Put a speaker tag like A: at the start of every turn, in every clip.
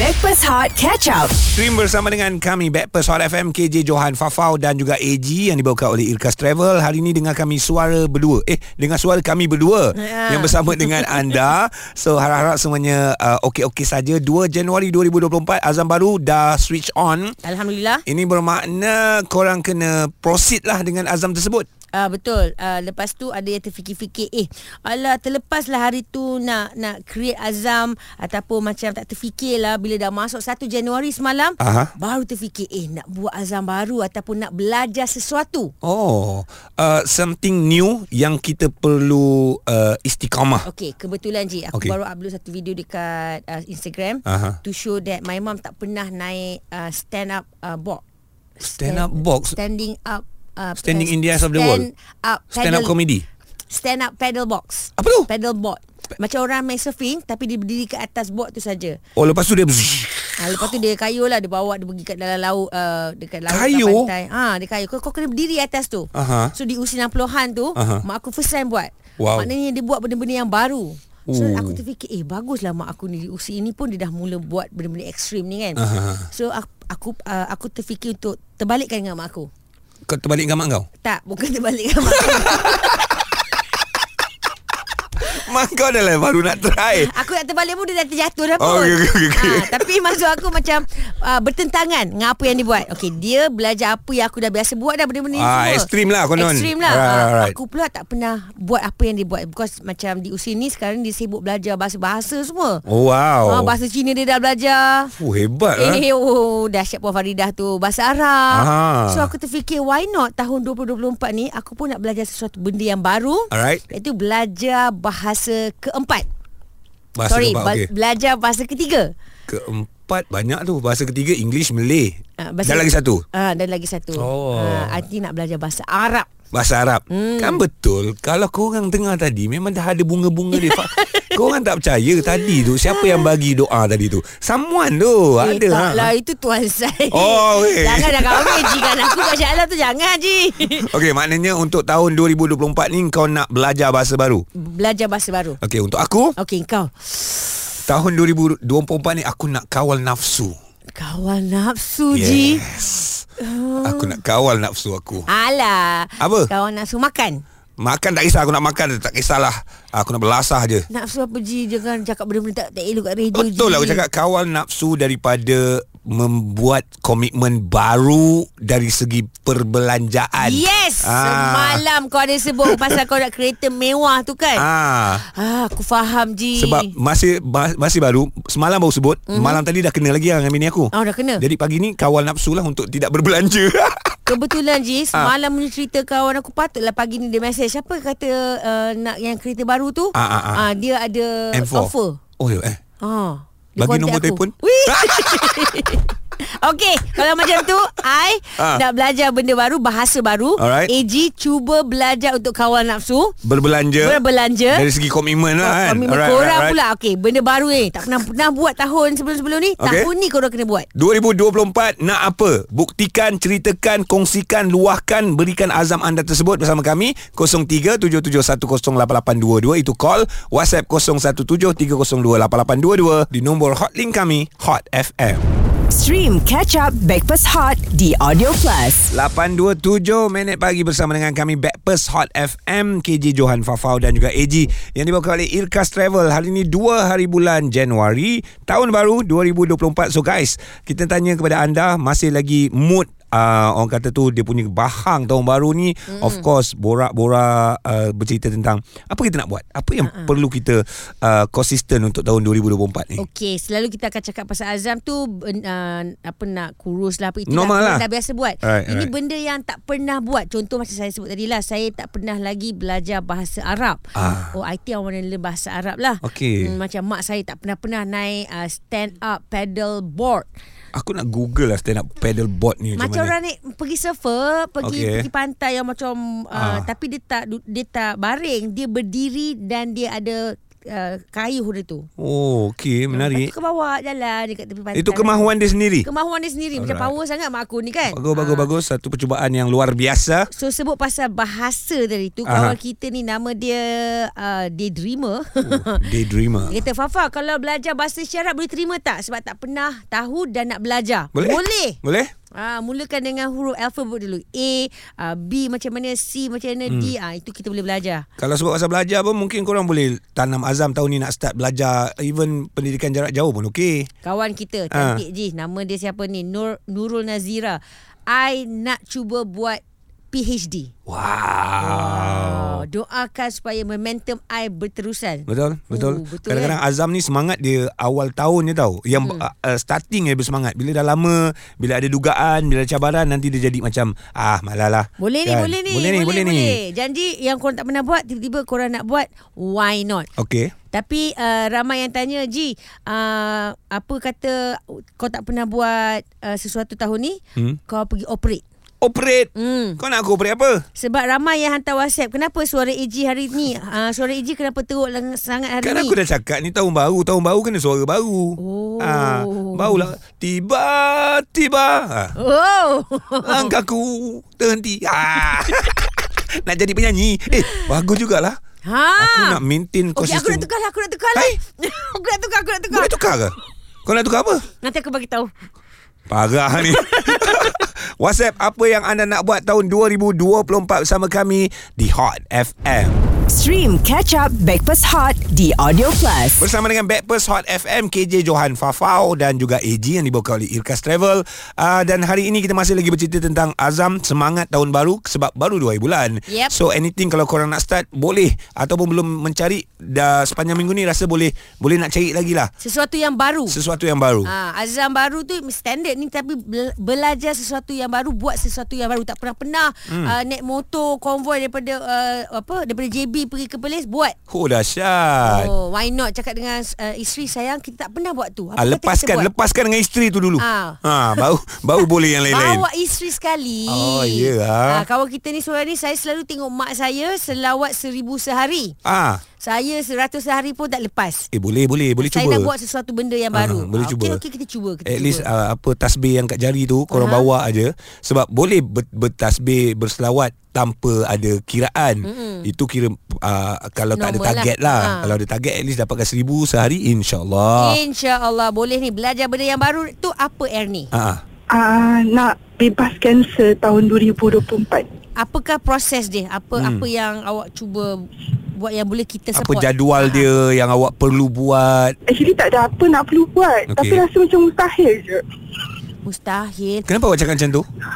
A: Backpass Hot Catch Up.
B: Stream bersama dengan kami Backpers Hot FM KJ Johan Fafau dan juga AG yang dibawakan oleh Irkas Travel. Hari ini dengan kami suara berdua. Eh, dengan suara kami berdua
C: Ya.
B: yang bersama dengan anda. So harap-harap semuanya uh, okey-okey saja. 2 Januari 2024 azam baru dah switch on.
C: Alhamdulillah
B: Ini bermakna korang kena proceed lah dengan azam tersebut.
C: uh, Betul uh, Lepas tu ada yang terfikir-fikir Eh alah terlepaslah hari tu Nak nak create azam Ataupun macam tak terfikir lah Bila dah masuk 1 Januari semalam
B: Aha.
C: Baru terfikir Eh nak buat azam baru Ataupun nak belajar sesuatu
B: Oh, uh, something new yang kita perlu uh, istiqamah.
C: Okey, kebetulan je aku
B: Okey.
C: okay. baru upload satu video dekat uh, Instagram
B: Aha.
C: to show that my mom tak pernah naik uh, stand up uh, box.
B: Stand up box?
C: Standing up uh,
B: Standing
C: uh,
B: Indians of the world?
C: Stand up
B: Stand up
C: paddle-
B: comedy.
C: Stand up paddle box.
B: Apa tu?
C: Paddle board. Macam orang main surfing tapi dia berdiri ke atas board tu saja.
B: Oh, lepas tu dia
C: Ha, lepas tu dia kayu lah dia bawa dia pergi kat dalam laut uh, dekat laut
B: Kayu?
C: kat pantai. Ha dia kayu. Kau, kau kena berdiri atas tu.
B: Aha.
C: So di usia 60-an tu
B: Aha.
C: mak aku first time buat.
B: Wow. Oh.
C: Maknanya dia buat benda-benda yang baru. So
B: Ooh.
C: aku terfikir eh baguslah mak aku ni di usia ini pun dia dah mula buat benda-benda ekstrim ni kan.
B: Aha.
C: So aku aku, uh, aku terfikir untuk terbalikkan dengan mak aku.
B: Kau terbalik dengan mak kau?
C: Tak, bukan terbalikkan mak aku.
B: Mak kau dah lah baru nak try
C: Aku nak terbalik pun dia dah terjatuh dah
B: Oh,
C: pun.
B: okey, okey, okey.
C: Ha, tapi maksud aku macam uh, bertentangan dengan apa yang dia buat. Okey, dia belajar apa yang aku dah biasa buat dah benda-benda ni
B: Ah,
C: semua.
B: ekstrim lah konon.
C: Ekstrim lah.
B: Alright,
C: Ah,
B: alright.
C: Aku pula tak pernah buat apa yang dia buat. Because macam di usia ni sekarang dia sibuk belajar bahasa-bahasa semua.
B: Oh wow
C: Ah, bahasa Cina dia dah belajar.
B: Oh hebat lah
C: Eh, oh, dahsyat Puan Faridah tu Bahasa Arab
B: Aha.
C: So aku terfikir Why not tahun 2024 ni Aku pun nak belajar sesuatu benda yang baru
B: Alright.
C: Iaitu belajar bahasa keempat
B: Bahasa
C: Sorry,
B: keempat
C: ba-
B: okey.
C: belajar bahasa ketiga.
B: Keempat banyak tu Bahasa ketiga English, Malay
C: Ah,
B: Dan lagi satu
C: Ah, dan lagi satu.
B: Oh.
C: Ah, Ati nak belajar bahasa Arab.
B: Bahasa Arab hmm. Kan betul Kalau korang dengar tadi Memang dah ada bunga-bunga dia Fa- Korang tak percaya Tadi tu Siapa yang bagi doa tadi tu Someone tu
C: eh,
B: Ada
C: tak
B: ha.
C: lah, itu Tuan Syed.
B: Oh, weh.
C: Jangan dah kahwin. Jikan aku kat Syahla tu jangan, Ji.
B: Okey maknanya Untuk tahun 2024 ni Kau nak belajar bahasa baru
C: belajar bahasa baru.
B: Okey untuk aku
C: Okey, kau.
B: Tahun 2024 ni Aku nak kawal nafsu
C: Kawal nafsu, Ji.
B: Yes Aku nak kawal nafsu aku
C: Alah.
B: Apa?
C: Kawal nafsu makan.
B: Makan tak kisah Aku nak makan Tak kisahlah Aku nak berlasah je
C: Nafsu apa, Ji? Jangan cakap benda-benda tak, tak elok kat radio, Ji.
B: Betul lah aku cakap Kawal nafsu daripada Membuat komitmen baru Dari segi perbelanjaan Ah,
C: Yes! Semalam kau ada sebut pasal kau nak kereta mewah tu kan?
B: ah.
C: Ah, aku faham, Ji.
B: Sebab masih ba- masih baru Semalam baru sebut
C: Mhm.
B: mm-hmm. Malam tadi dah kena lagi lah Dengan bini aku
C: Oh, dah kena?
B: Jadi pagi ni Kawal nafsu lah Untuk tidak berbelanja
C: Kebetulan je
B: Ah.
C: Semalam punya cerita kawan aku Patutlah pagi ni dia mesej Siapa kata uh, Nak yang kereta baru tu
B: Ah, ah, ah.
C: Ah, Dia ada
B: M4
C: offer
B: Oh ya eh
C: ha,
B: Bagi nombor telefon
C: Wih Okey, kalau macam tu I
B: Ah.
C: nak belajar benda baru, bahasa baru.
B: Alright.
C: AG cuba belajar untuk kawal nafsu,
B: Berbelanja
C: berbelanja.
B: Ya. Dari segi komitmen lah kan
C: Komitmen korang pula Okey, benda baru ni Tak pernah pernah buat tahun sebelum-sebelum ni
B: Okey.
C: Tahun ni korang kena buat
B: 2024 nak apa? Buktikan, ceritakan, kongsikan, luahkan, berikan azam anda tersebut bersama kami 0377108822 itu call, WhatsApp 0173028822 di nombor hotlink kami Hot FM.
A: Stream Catch Up Backpass Hot di Audio Plus.
B: 8.27 minit pagi bersama dengan kami Backpast Hot FM KJ Johan Fafau dan juga AG yang dibawa oleh Irkas Travel hari ini 2 hari bulan Januari tahun baru 2024 so guys kita tanya kepada anda masih lagi mood Uh, orang kata tu dia punya bahang tahun baru ni mm.
C: Hmm.
B: of course borak-borak uh, bercerita tentang apa kita nak buat apa yang uh-huh. perlu kita uh, konsisten untuk tahun 2024 ni
C: Okey, selalu kita akan cakap pasal azam tu ben- uh, apa nak kurus lah apa itu
B: Normal
C: dah,
B: lah.
C: dah biasa buat.
B: Alright,
C: Ini
B: alright.
C: benda yang tak pernah buat. Contoh macam saya sebut tadi lah, saya tak pernah lagi belajar bahasa Arab.
B: Ah.
C: Oh, I think I want to learn bahasa Arab lah.
B: Okey.
C: Hmm, macam mak saya tak pernah pernah naik uh, stand up paddle board.
B: aku nak google lah stand up paddle board ni
C: Macam
B: macam
C: orang ni
B: mana
C: pergi surfer, pergi
B: Okey.
C: okay. pergi pantai yang macam uh,
B: Ah.
C: tapi dia tak du- dia tak baring, dia berdiri dan dia ada uh, kayu hari tu.
B: Oh, okey,
C: Lepas
B: menarik.
C: tu kau bawa jalan dekat tepi pantai.
B: Itu kemahuan dia sendiri.
C: Kemahuan dia sendiri Macam
B: Alright.
C: power sangat mak aku ni kan
B: Bagus, bagus,
C: Ah.
B: bagus. Satu percubaan yang luar biasa.
C: So sebut pasal bahasa tadi tu Kawan
B: Aha.
C: kita ni nama dia uh, Daydreamer
B: Oh, daydreamer.
C: Dia kata Fafa kalau belajar bahasa isyarat boleh terima tak? Sebab tak pernah tahu dan nak belajar
B: Boleh?
C: Boleh
B: Boleh?
C: Ah, mulakan dengan huruf alfabet dulu. A, ah, B macam mana, C macam mana, D.
B: Hmm.
C: Ah, itu kita boleh belajar.
B: Kalau sebab pasal belajar pun mungkin korang boleh tanam azam tahun ni nak start belajar even pendidikan jarak jauh pun okey.
C: Kawan kita
B: Ah.
C: cantik je. Nama dia siapa ni? Nur Nurul Nazira. I nak cuba buat PhD. Oh,
B: Wow.
C: doakan supaya momentum I berterusan.
B: Betul,
C: Oh,
B: betul.
C: betul,
B: Kadang-kadang azam ni semangat dia awal tahun je tau. Yang hmm. uh, starting dia bersemangat. Bila dah lama, bila ada dugaan, bila ada cabaran nanti dia jadi macam ah malalah.
C: Boleh ni,
B: Kan?
C: boleh ni.
B: Boleh ni, boleh, ni.
C: boleh. Janji yang korang tak pernah buat, tiba-tiba korang nak buat, why not?
B: Okey.
C: Tapi uh, ramai yang tanya Ji uh, Apa kata Kau tak pernah buat uh, Sesuatu tahun ni
B: Hmm.
C: Kau pergi operate
B: Operate.
C: hmm.
B: Kau nak aku operate apa?
C: Sebab ramai yang hantar whatsapp Kenapa suara AG hari ni uh, Suara AG kenapa teruk lang- sangat hari
B: Kan
C: ni
B: aku dah cakap ni tahun baru, tahun baru kena suara baru.
C: Oh.
B: Ah, barulah tiba-tiba ah,
C: Oh
B: langkahku terhenti. Ah. nak jadi penyanyi. Eh, bagus jugalah.
C: ha.
B: Aku nak maintain
C: okay, aku
B: konsisten.
C: nak tukar lah Aku nak tukar lah
B: Hai.
C: Aku nak tukar Aku nak tukar
B: Boleh tukar ke? Kau nak tukar apa?
C: Nanti aku bagi tahu
B: Parah ni. WhatsApp apa yang anda nak buat tahun 2024 bersama kami di Hot FM.
A: Stream Catch Up Backpass Hot di Audio Plus.
B: Bersama dengan Backpast Hot FM, KJ Johan Fafau dan juga AG yang dibawa oleh Irkas Travel. Uh, dan hari ini kita masih lagi bercerita tentang azam semangat tahun baru sebab baru 2 bulan.
C: Yep.
B: So anything kalau korang nak start boleh ataupun belum mencari dah sepanjang minggu ni rasa boleh boleh nak cari lagi lah
C: Sesuatu yang baru
B: sesuatu yang baru.
C: Ha, azam baru tu standard ni tapi bela- belajar sesuatu yang baru buat sesuatu yang baru tak pernah-pernah hmm. uh, naik motor konvoi daripada uh, apa daripada JB pergi ke Perlis buat
B: Oh dahsyat.
C: oh why not cakap dengan uh, isteri sayang kita tak pernah buat tu
B: Ah,
C: kata
B: lepaskan
C: kita buat?
B: lepaskan dengan isteri tu dulu.
C: Ah.
B: Ha baru baru boleh yang lain-lain.
C: Bawa isteri sekali
B: Oh, ya, ah.
C: Ah, Kawan kita ni seorang ni Saya selalu tengok mak saya Selawat seribu sehari
B: Ah,
C: Saya seratus sehari pun tak lepas
B: eh boleh boleh boleh
C: Saya
B: cuba.
C: nak buat sesuatu benda yang
B: Ah,
C: baru
B: boleh
C: Ah,
B: cuba.
C: Okey okey kita cuba kita
B: At
C: cuba.
B: least uh, apa tasbih yang kat jari tu korang
C: Aha.
B: bawa aja sebab boleh ber- bertasbih berselawat tanpa ada kiraan. Mm-hmm. Itu kira uh, kalau tak ada
C: Normal lah.
B: target lah.
C: Ah.
B: Kalau ada target at least dapatkan seribu sehari insyaallah.
C: InsyaAllah boleh ni Belajar benda yang baru tu apa Ernie?
B: Ha ah.
D: Ah, nak bebas kanser tahun 2024.
C: Apakah proses dia? Apa hmm. apa yang awak cuba buat yang boleh kita
B: Apa
C: support?
B: jadual
C: Ah.
B: dia yang awak perlu buat?
D: Actually tak ada apa nak perlu
B: Okey.
D: buat okay. Tapi rasa macam mustahil je
C: Mustahil.
B: Kenapa awak cakap macam tu?
C: Ha.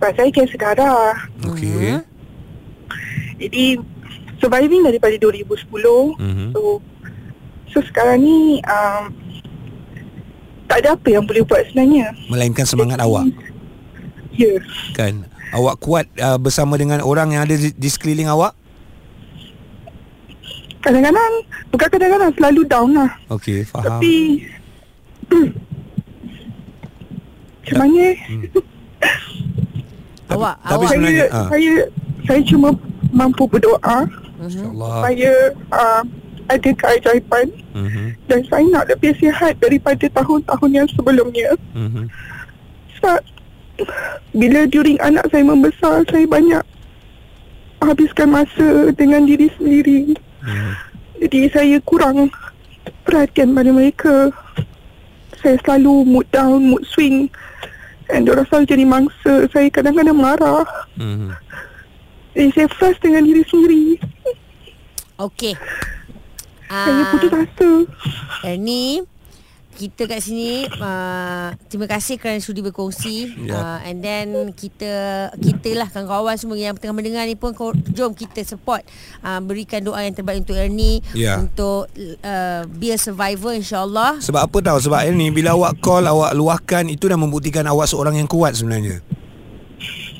D: Sebab saya kanser darah
B: Okey.
C: Mhm.
D: Jadi surviving daripada 2010
B: Mhm.
D: So So sekarang ni um, Tak ada apa yang boleh buat sebenarnya
B: Melainkan semangat awak.
D: Ya yeah.
B: Kan Awak kuat uh, bersama dengan orang yang ada di, di sekeliling awak
D: Kadang-kadang Bukan kadang-kadang selalu down lah
B: Okey faham
D: Tapi Macam mana eh?
C: Awak
B: tapi
C: awak
D: saya,
B: sebenarnya, ah.
D: saya Saya cuma mampu berdoa
B: InsyaAllah
D: Saya uh, Ada keajaiban
B: Mhm,
D: dan saya nak lebih sihat daripada tahun-tahun yang sebelumnya.
B: mhm.
D: Sebab bila during anak saya membesar, saya banyak habiskan masa dengan diri sendiri.
B: Hmm.
D: Jadi saya kurang perhatian pada mereka. Saya selalu mood down, mood swing. Dan diorang selalu jadi mangsa. Saya kadang-kadang marah.
B: Mhm.
D: Jadi saya frust dengan diri sendiri.
C: okey.
D: Saya
C: Ah,
D: putus asa.
C: Ernie kita kat sini uh, terima kasih kerana sudi berkongsi
B: Ya.
C: yeah. uh, and then kita kita lah kawan-kawan semua yang tengah mendengar ni pun kor- jom kita support uh, berikan doa yang terbaik untuk Ernie
B: Ya.
C: untuk uh, be a survivor insyaallah
B: Sebab apa tahu Sebab ini Bila awak call Awak luahkan Itu dah membuktikan Awak seorang yang kuat sebenarnya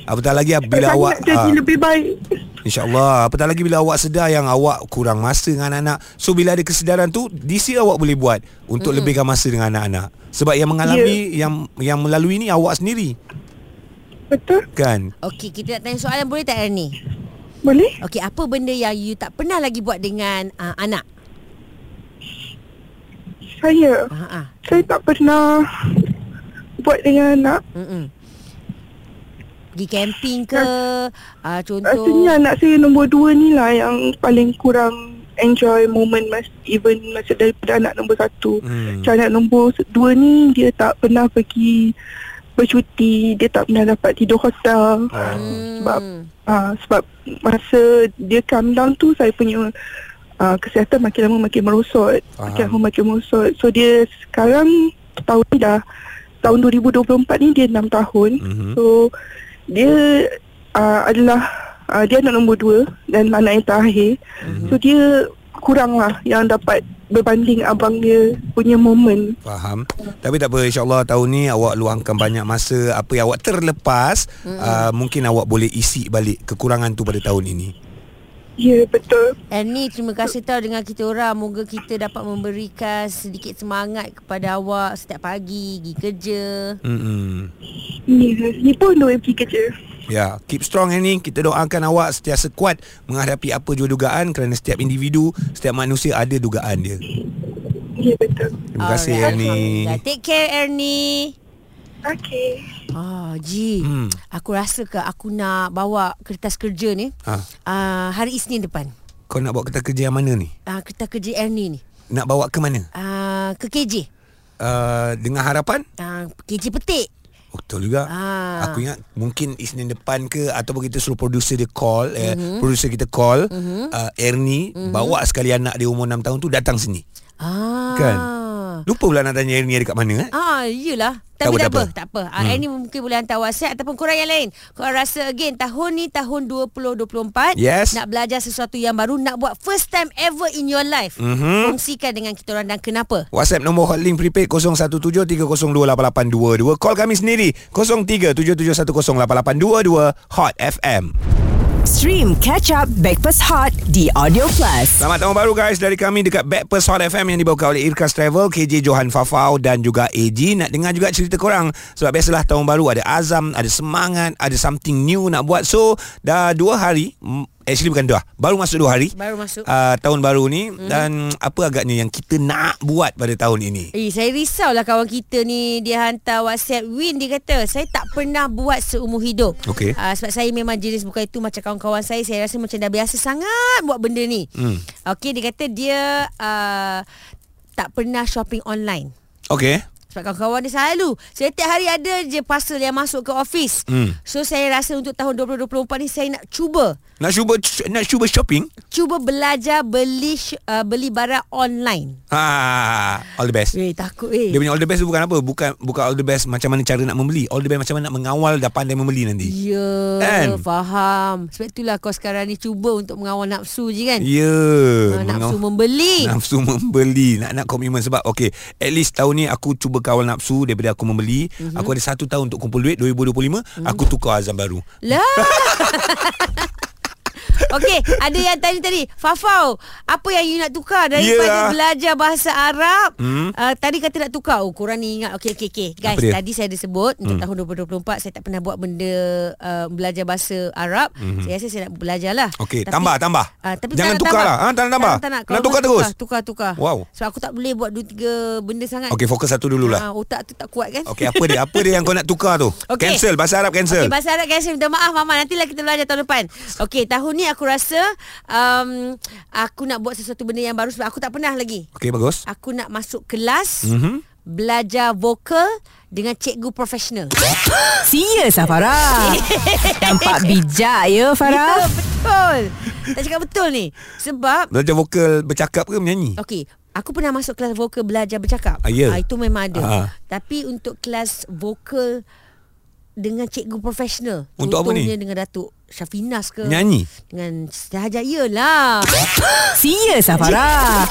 B: Apatah lagi Bila
D: saya
B: awak
D: nak jadi
B: ah,
D: lebih baik.
B: InsyaAllah Apatah lagi bila awak sedar Yang awak kurang masa dengan anak-anak So bila ada kesedaran tu This year awak boleh buat Untuk mm-hmm. lebihkan masa dengan anak-anak Sebab yang mengalami yeah.
D: Ya.
B: Yang yang melalui ni Awak sendiri
D: Betul?
B: Kan
C: Okey, kita nak tanya soalan boleh tak Ernie?
D: Boleh?
C: Okey, apa benda yang you tak pernah lagi buat dengan uh, anak?
D: saya.
C: Ha ah.
D: Saya tak pernah buat dengan anak.
C: Mm-mm. Pergi camping ke uh,
D: Rasanya
C: contoh
D: anak saya nombor dua ni lah yang paling kurang enjoy moment mas, even masa daripada anak nombor satu.
B: Hmm.
D: Macam anak nombor dua ni dia tak pernah pergi bercuti, dia tak pernah dapat tidur hotel. Sebab
C: Hmm.
D: uh, sebab masa dia calm down tu saya punya uh, kesihatan makin lama makin merosot.
B: Faham.
D: Makin lama makin merosot. So dia sekarang tahun ni dah tahun 2024 ni dia 6 tahun.
B: Mhm.
D: So dia uh, adalah uh, dia anak nombor dua dan anak yang terakhir.
B: Mhm.
D: So dia kurang lah yang dapat berbanding abang dia punya moment.
B: Faham Tapi tak apa InsyaAllah tahun ni Awak luangkan banyak masa Apa yang awak terlepas mm. uh, Mungkin awak boleh isi balik Kekurangan tu pada tahun ini
D: Ya yeah, betul.
C: And Eh, ni terima kasih tau dengan kita orang Moga kita dapat memberikan sedikit semangat kepada awak Setiap pagi, pergi kerja
B: Mm-mm.
D: Ni, ni pun dua pergi kerja.
B: Ya, keep strong ni. Kita doakan awak sentiasa kuat menghadapi apa jua dugaan kerana setiap individu, setiap manusia ada dugaan dia.
D: Ya yeah, betul.
B: Terima kasih
C: Alright.
B: Ernie.
C: Alhamdulillah. Take care Ernie
D: Okay.
C: Ah, Ji
B: Hmm.
C: Aku rasa ke aku nak bawa kertas kerja ni
B: Ha,
C: ah, Hari Isnin depan
B: kau nak bawa kertas kerja yang mana ni?
C: ah, Kertas kerja Ernie ni
B: Nak bawa ke mana?
C: ah, Ke KJ
B: Uh, dengan harapan?
C: ah, KJ petik
B: Oh, betul juga.
C: Ah.
B: Aku ingat mungkin Isnin depan ke ataupun kita suruh producer dia call, eh,
C: Mhm.
B: producer kita call mm-hmm. uh, Ernie mm-hmm. bawa sekali anak dia umur 6 tahun tu datang sini.
C: ah.
B: Kan? Lupa pula nak tanya Ernie ada kat mana eh?
C: Ah, iyalah.
B: Tak
C: Tapi tak,
B: apa, Hmm.
C: apa,
B: tak
C: tak apa. Ah, Ini mungkin boleh hantar WhatsApp ataupun korang yang lain. Korang rasa again tahun ni tahun 2024
B: Yes.
C: nak belajar sesuatu yang baru, nak buat first time ever in your life.
B: Mhm.
C: Kongsikan dengan kita orang dan kenapa.
B: WhatsApp nombor hotlink prepaid 0173028822. Call kami sendiri 0377108822 Hot FM.
A: Stream Catch Up Backpass Hot di Audio Plus.
B: Selamat tahun baru guys dari kami dekat Backpast Hot FM yang dibawa oleh Irkas Travel, KJ Johan Fafau dan juga AG. Nak dengar juga cerita korang sebab biasalah tahun baru ada azam, ada semangat, ada something new nak buat. So dah dua hari, mm, actually bukan dua, baru masuk dua hari.
C: Baru masuk.
B: Uh, tahun baru ni mm-hmm. dan apa agaknya yang kita nak buat pada tahun ini.
C: Eh, saya risaulah kawan kita ni Dia hantar WhatsApp Win dia kata Saya tak pernah buat seumur hidup
B: Okey.
C: uh, Sebab saya memang jenis bukan itu Macam kawan-kawan saya Saya rasa macam dah biasa sangat Buat benda ni
B: Hmm.
C: Okey dia kata dia uh, Tak pernah shopping online
B: Okey.
C: sebab kawan-kawan dia selalu Setiap hari ada je parcel yang masuk ke office
B: Hmm.
C: So saya rasa untuk tahun 2024 ni Saya nak cuba
B: Nak cuba nak cuba shopping?
C: Cuba belajar beli sh- uh, beli barang online
B: Ha, all the best.
C: Weh takut eh
B: Dia punya all the best tu bukan apa, bukan bukan all the best macam mana cara nak membeli. All the best macam mana nak mengawal dan pandai membeli nanti.
C: Ya,
B: Kan?
C: faham. Sebab itulah kau sekarang ni cuba untuk mengawal nafsu je kan.
B: Ya
C: Uh, nafsu membeli.
B: Nafsu membeli Nak nak komitmen Sebab okay At least tahun ni Aku cuba kawal nafsu Daripada aku
C: Mhm.
B: membeli mm-hmm. Aku ada satu tahun Untuk kumpul duit 2025 mm-hmm. Aku tukar azam baru
C: Lah. Okey, ada yang tanya tadi, Fafau, apa yang you nak tukar
B: Yeah.
C: daripada yeah. belajar bahasa Arab? Hmm? Uh, tadi kata nak tukar. Oh, korang ni ingat. Okey, okey, okey. Guys,
B: Apa dia? Hmm.
C: tadi saya ada sebut untuk tahun 2024 saya tak pernah buat benda uh, belajar bahasa Arab. Hmm. Saya rasa saya nak belajar lah.
B: Okey, tambah, tambah.
C: Ah, tapi
B: Jangan
C: tak nak
B: tukar lah. Ah, tak nak tambah.
C: Tak, tak nak.
B: Nak
C: Kalau
B: tukar
C: nak
B: terus?
C: Tukar, tukar.
B: Wow.
C: Sebab aku tak boleh buat dua tiga benda sangat.
B: Okay fokus satu
C: Ah,
B: dululah
C: otak tu tak kuat kan?
B: Okay apa dia Apa dia yang kau nak tukar tu
C: Okey.
B: Cancel Bahasa Arab cancel
C: Okey, bahasa Arab guys, minta maaf Mama. Nantilah kita belajar tahun depan. Okey, tahun ni aku rasa um, aku nak buat sesuatu benda yang baru sebab aku tak pernah lagi.
B: okay bagus
C: Aku nak masuk kelas
B: Mhm.
C: mm-hmm. belajar vokal dengan cikgu profesional.
A: Sia ya, Safara. Nampak bijak
C: Ya,
A: ya Farah.
C: betul. Tak cakap betul ni. Sebab
B: Belajar vokal Bercakap ke menyanyi
C: Okey, aku pernah masuk kelas vokal belajar bercakap.
B: Ah, ya.
C: Ah, itu memang ada.
B: Ah.
C: Tapi untuk kelas vokal dengan cikgu profesional.
B: Untuk apa ni?
C: Contohnya dengan Datuk Syafinas ke.
B: Menyanyi
C: Dengan Siti Hajaya lah.
A: Sia ya, Safara.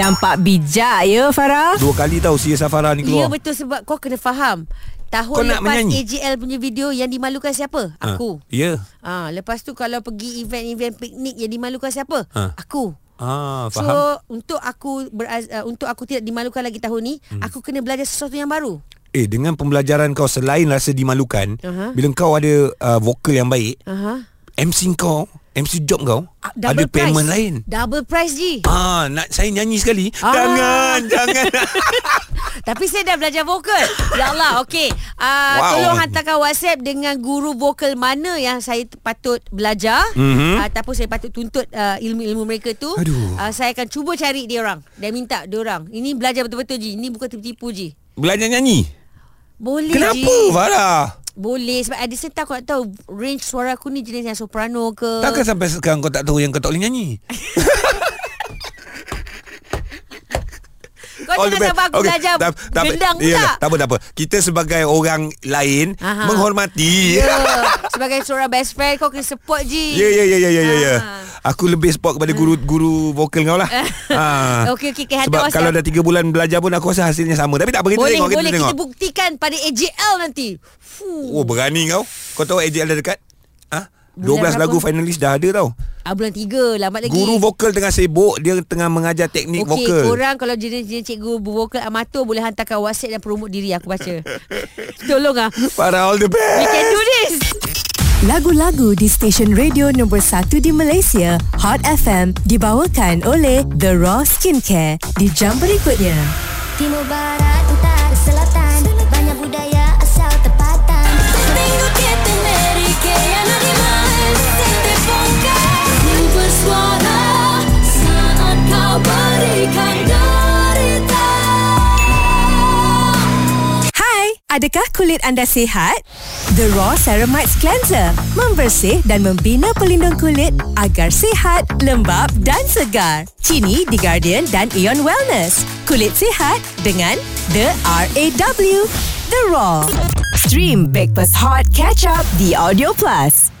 A: Nampak bijak ya Farah.
B: Dua kali tau Sia Safara ni
C: ya
B: keluar
C: betul sebab kau kena faham. Tahun
B: Kau nak
C: lepas
B: menyanyi?
C: AJL punya video yang dimalukan siapa?
B: Ah,
C: Aku.
B: Ya
C: Ah, lepas tu kalau pergi event-event piknik yang dimalukan siapa?
B: Ah.
C: Aku.
B: Ah,
C: So
B: faham
C: untuk aku beraz, uh, untuk aku tidak dimalukan lagi tahun ni, hmm. aku kena belajar sesuatu yang baru.
B: Eh dengan pembelajaran kau Selain rasa dimalukan
C: Aha.
B: Bila kau ada uh, Vokal yang baik
C: Aha.
B: MC kau MC job kau
C: Ah,
B: Ada
C: double price.
B: payment lain
C: Double price je
B: Ah, nak saya nyanyi sekali.
C: Ah.
B: Jangan, jangan.
C: Tapi saya dah belajar vokal. Ya Allah, okey. Uh, wow.
B: Wow.
C: Tolong hantarkan WhatsApp dengan guru vokal mana yang saya t- patut belajar
B: Mhm.
C: uh, ataupun saya patut tuntut uh, ilmu-ilmu mereka tu.
B: Aduh.
C: Uh, saya akan cuba cari dia orang dan minta dia orang. Ini belajar betul-betul je. Ini bukan tipu-tipu je.
B: Belajar nyanyi.
C: Boleh je.
B: Kenapa, Farah?
C: Boleh sebab ada serta aku nak tahu range suara aku ni jenis yang soprano ke.
B: Takkan sampai sekarang kau tak tahu yang kau tak boleh nyanyi?
C: Kau
B: All the
C: jangan
B: best.
C: sabar aku
B: Okey,
C: belajar
B: tak- tak apa.
C: gendang pula.
B: Yalah, Tak apa, tak apa. Kita sebagai orang lain
C: Aha.
B: menghormati.
C: Ya. Sebagai seorang best friend kau kena support je.
B: Ya ya ya ya ya ya. ya.
C: Ah. Hmm.
B: Aku lebih support kepada guru-guru vokal kau lah. ha.
C: Okey, okey, okey. Hantar
B: Sebab
C: WhatsApp.
B: kalau dah 3 bulan belajar pun aku rasa hasilnya sama. Tapi tak apa kita
C: boleh,
B: tengok, kita
C: boleh
B: tengok.
C: kita buktikan pada AJL nanti. Fuh.
B: Oh berani kau Kau tahu AJL dah dekat Ha?
C: Bulan
B: 12 lagu
C: berapa?
B: finalis dah ada tau
C: Ah, bulan tiga lambat lagi.
B: Guru vokal tengah sibuk Dia tengah mengajar teknik
C: Okey,
B: vokal
C: korang kalau jenis-jenis cikgu vokal amatur boleh hantarkan WhatsApp dan promote diri aku baca. Tolong ah.
B: Para all the
C: We
B: best
C: can do this.
A: Lagu-lagu di stesen radio nombor 1 di Malaysia, Hot FM, dibawakan oleh The Raw Skincare di jam berikutnya.
E: Timur Barat, Utara, Selatan Banyak budaya asal tempatan Tengo que tener y que ya nadie más se te ponga Yang bersuara saat kau berikan derita
A: Hai, adakah kulit anda sihat? The Raw Ceramides Cleanser membersih dan membina pelindung kulit agar sihat, lembab dan segar. Kini di Guardian dan Aeon Wellness. Kulit sihat dengan The RAW. The Raw. Stream Breakfast Hot Catch Up di Audio Plus.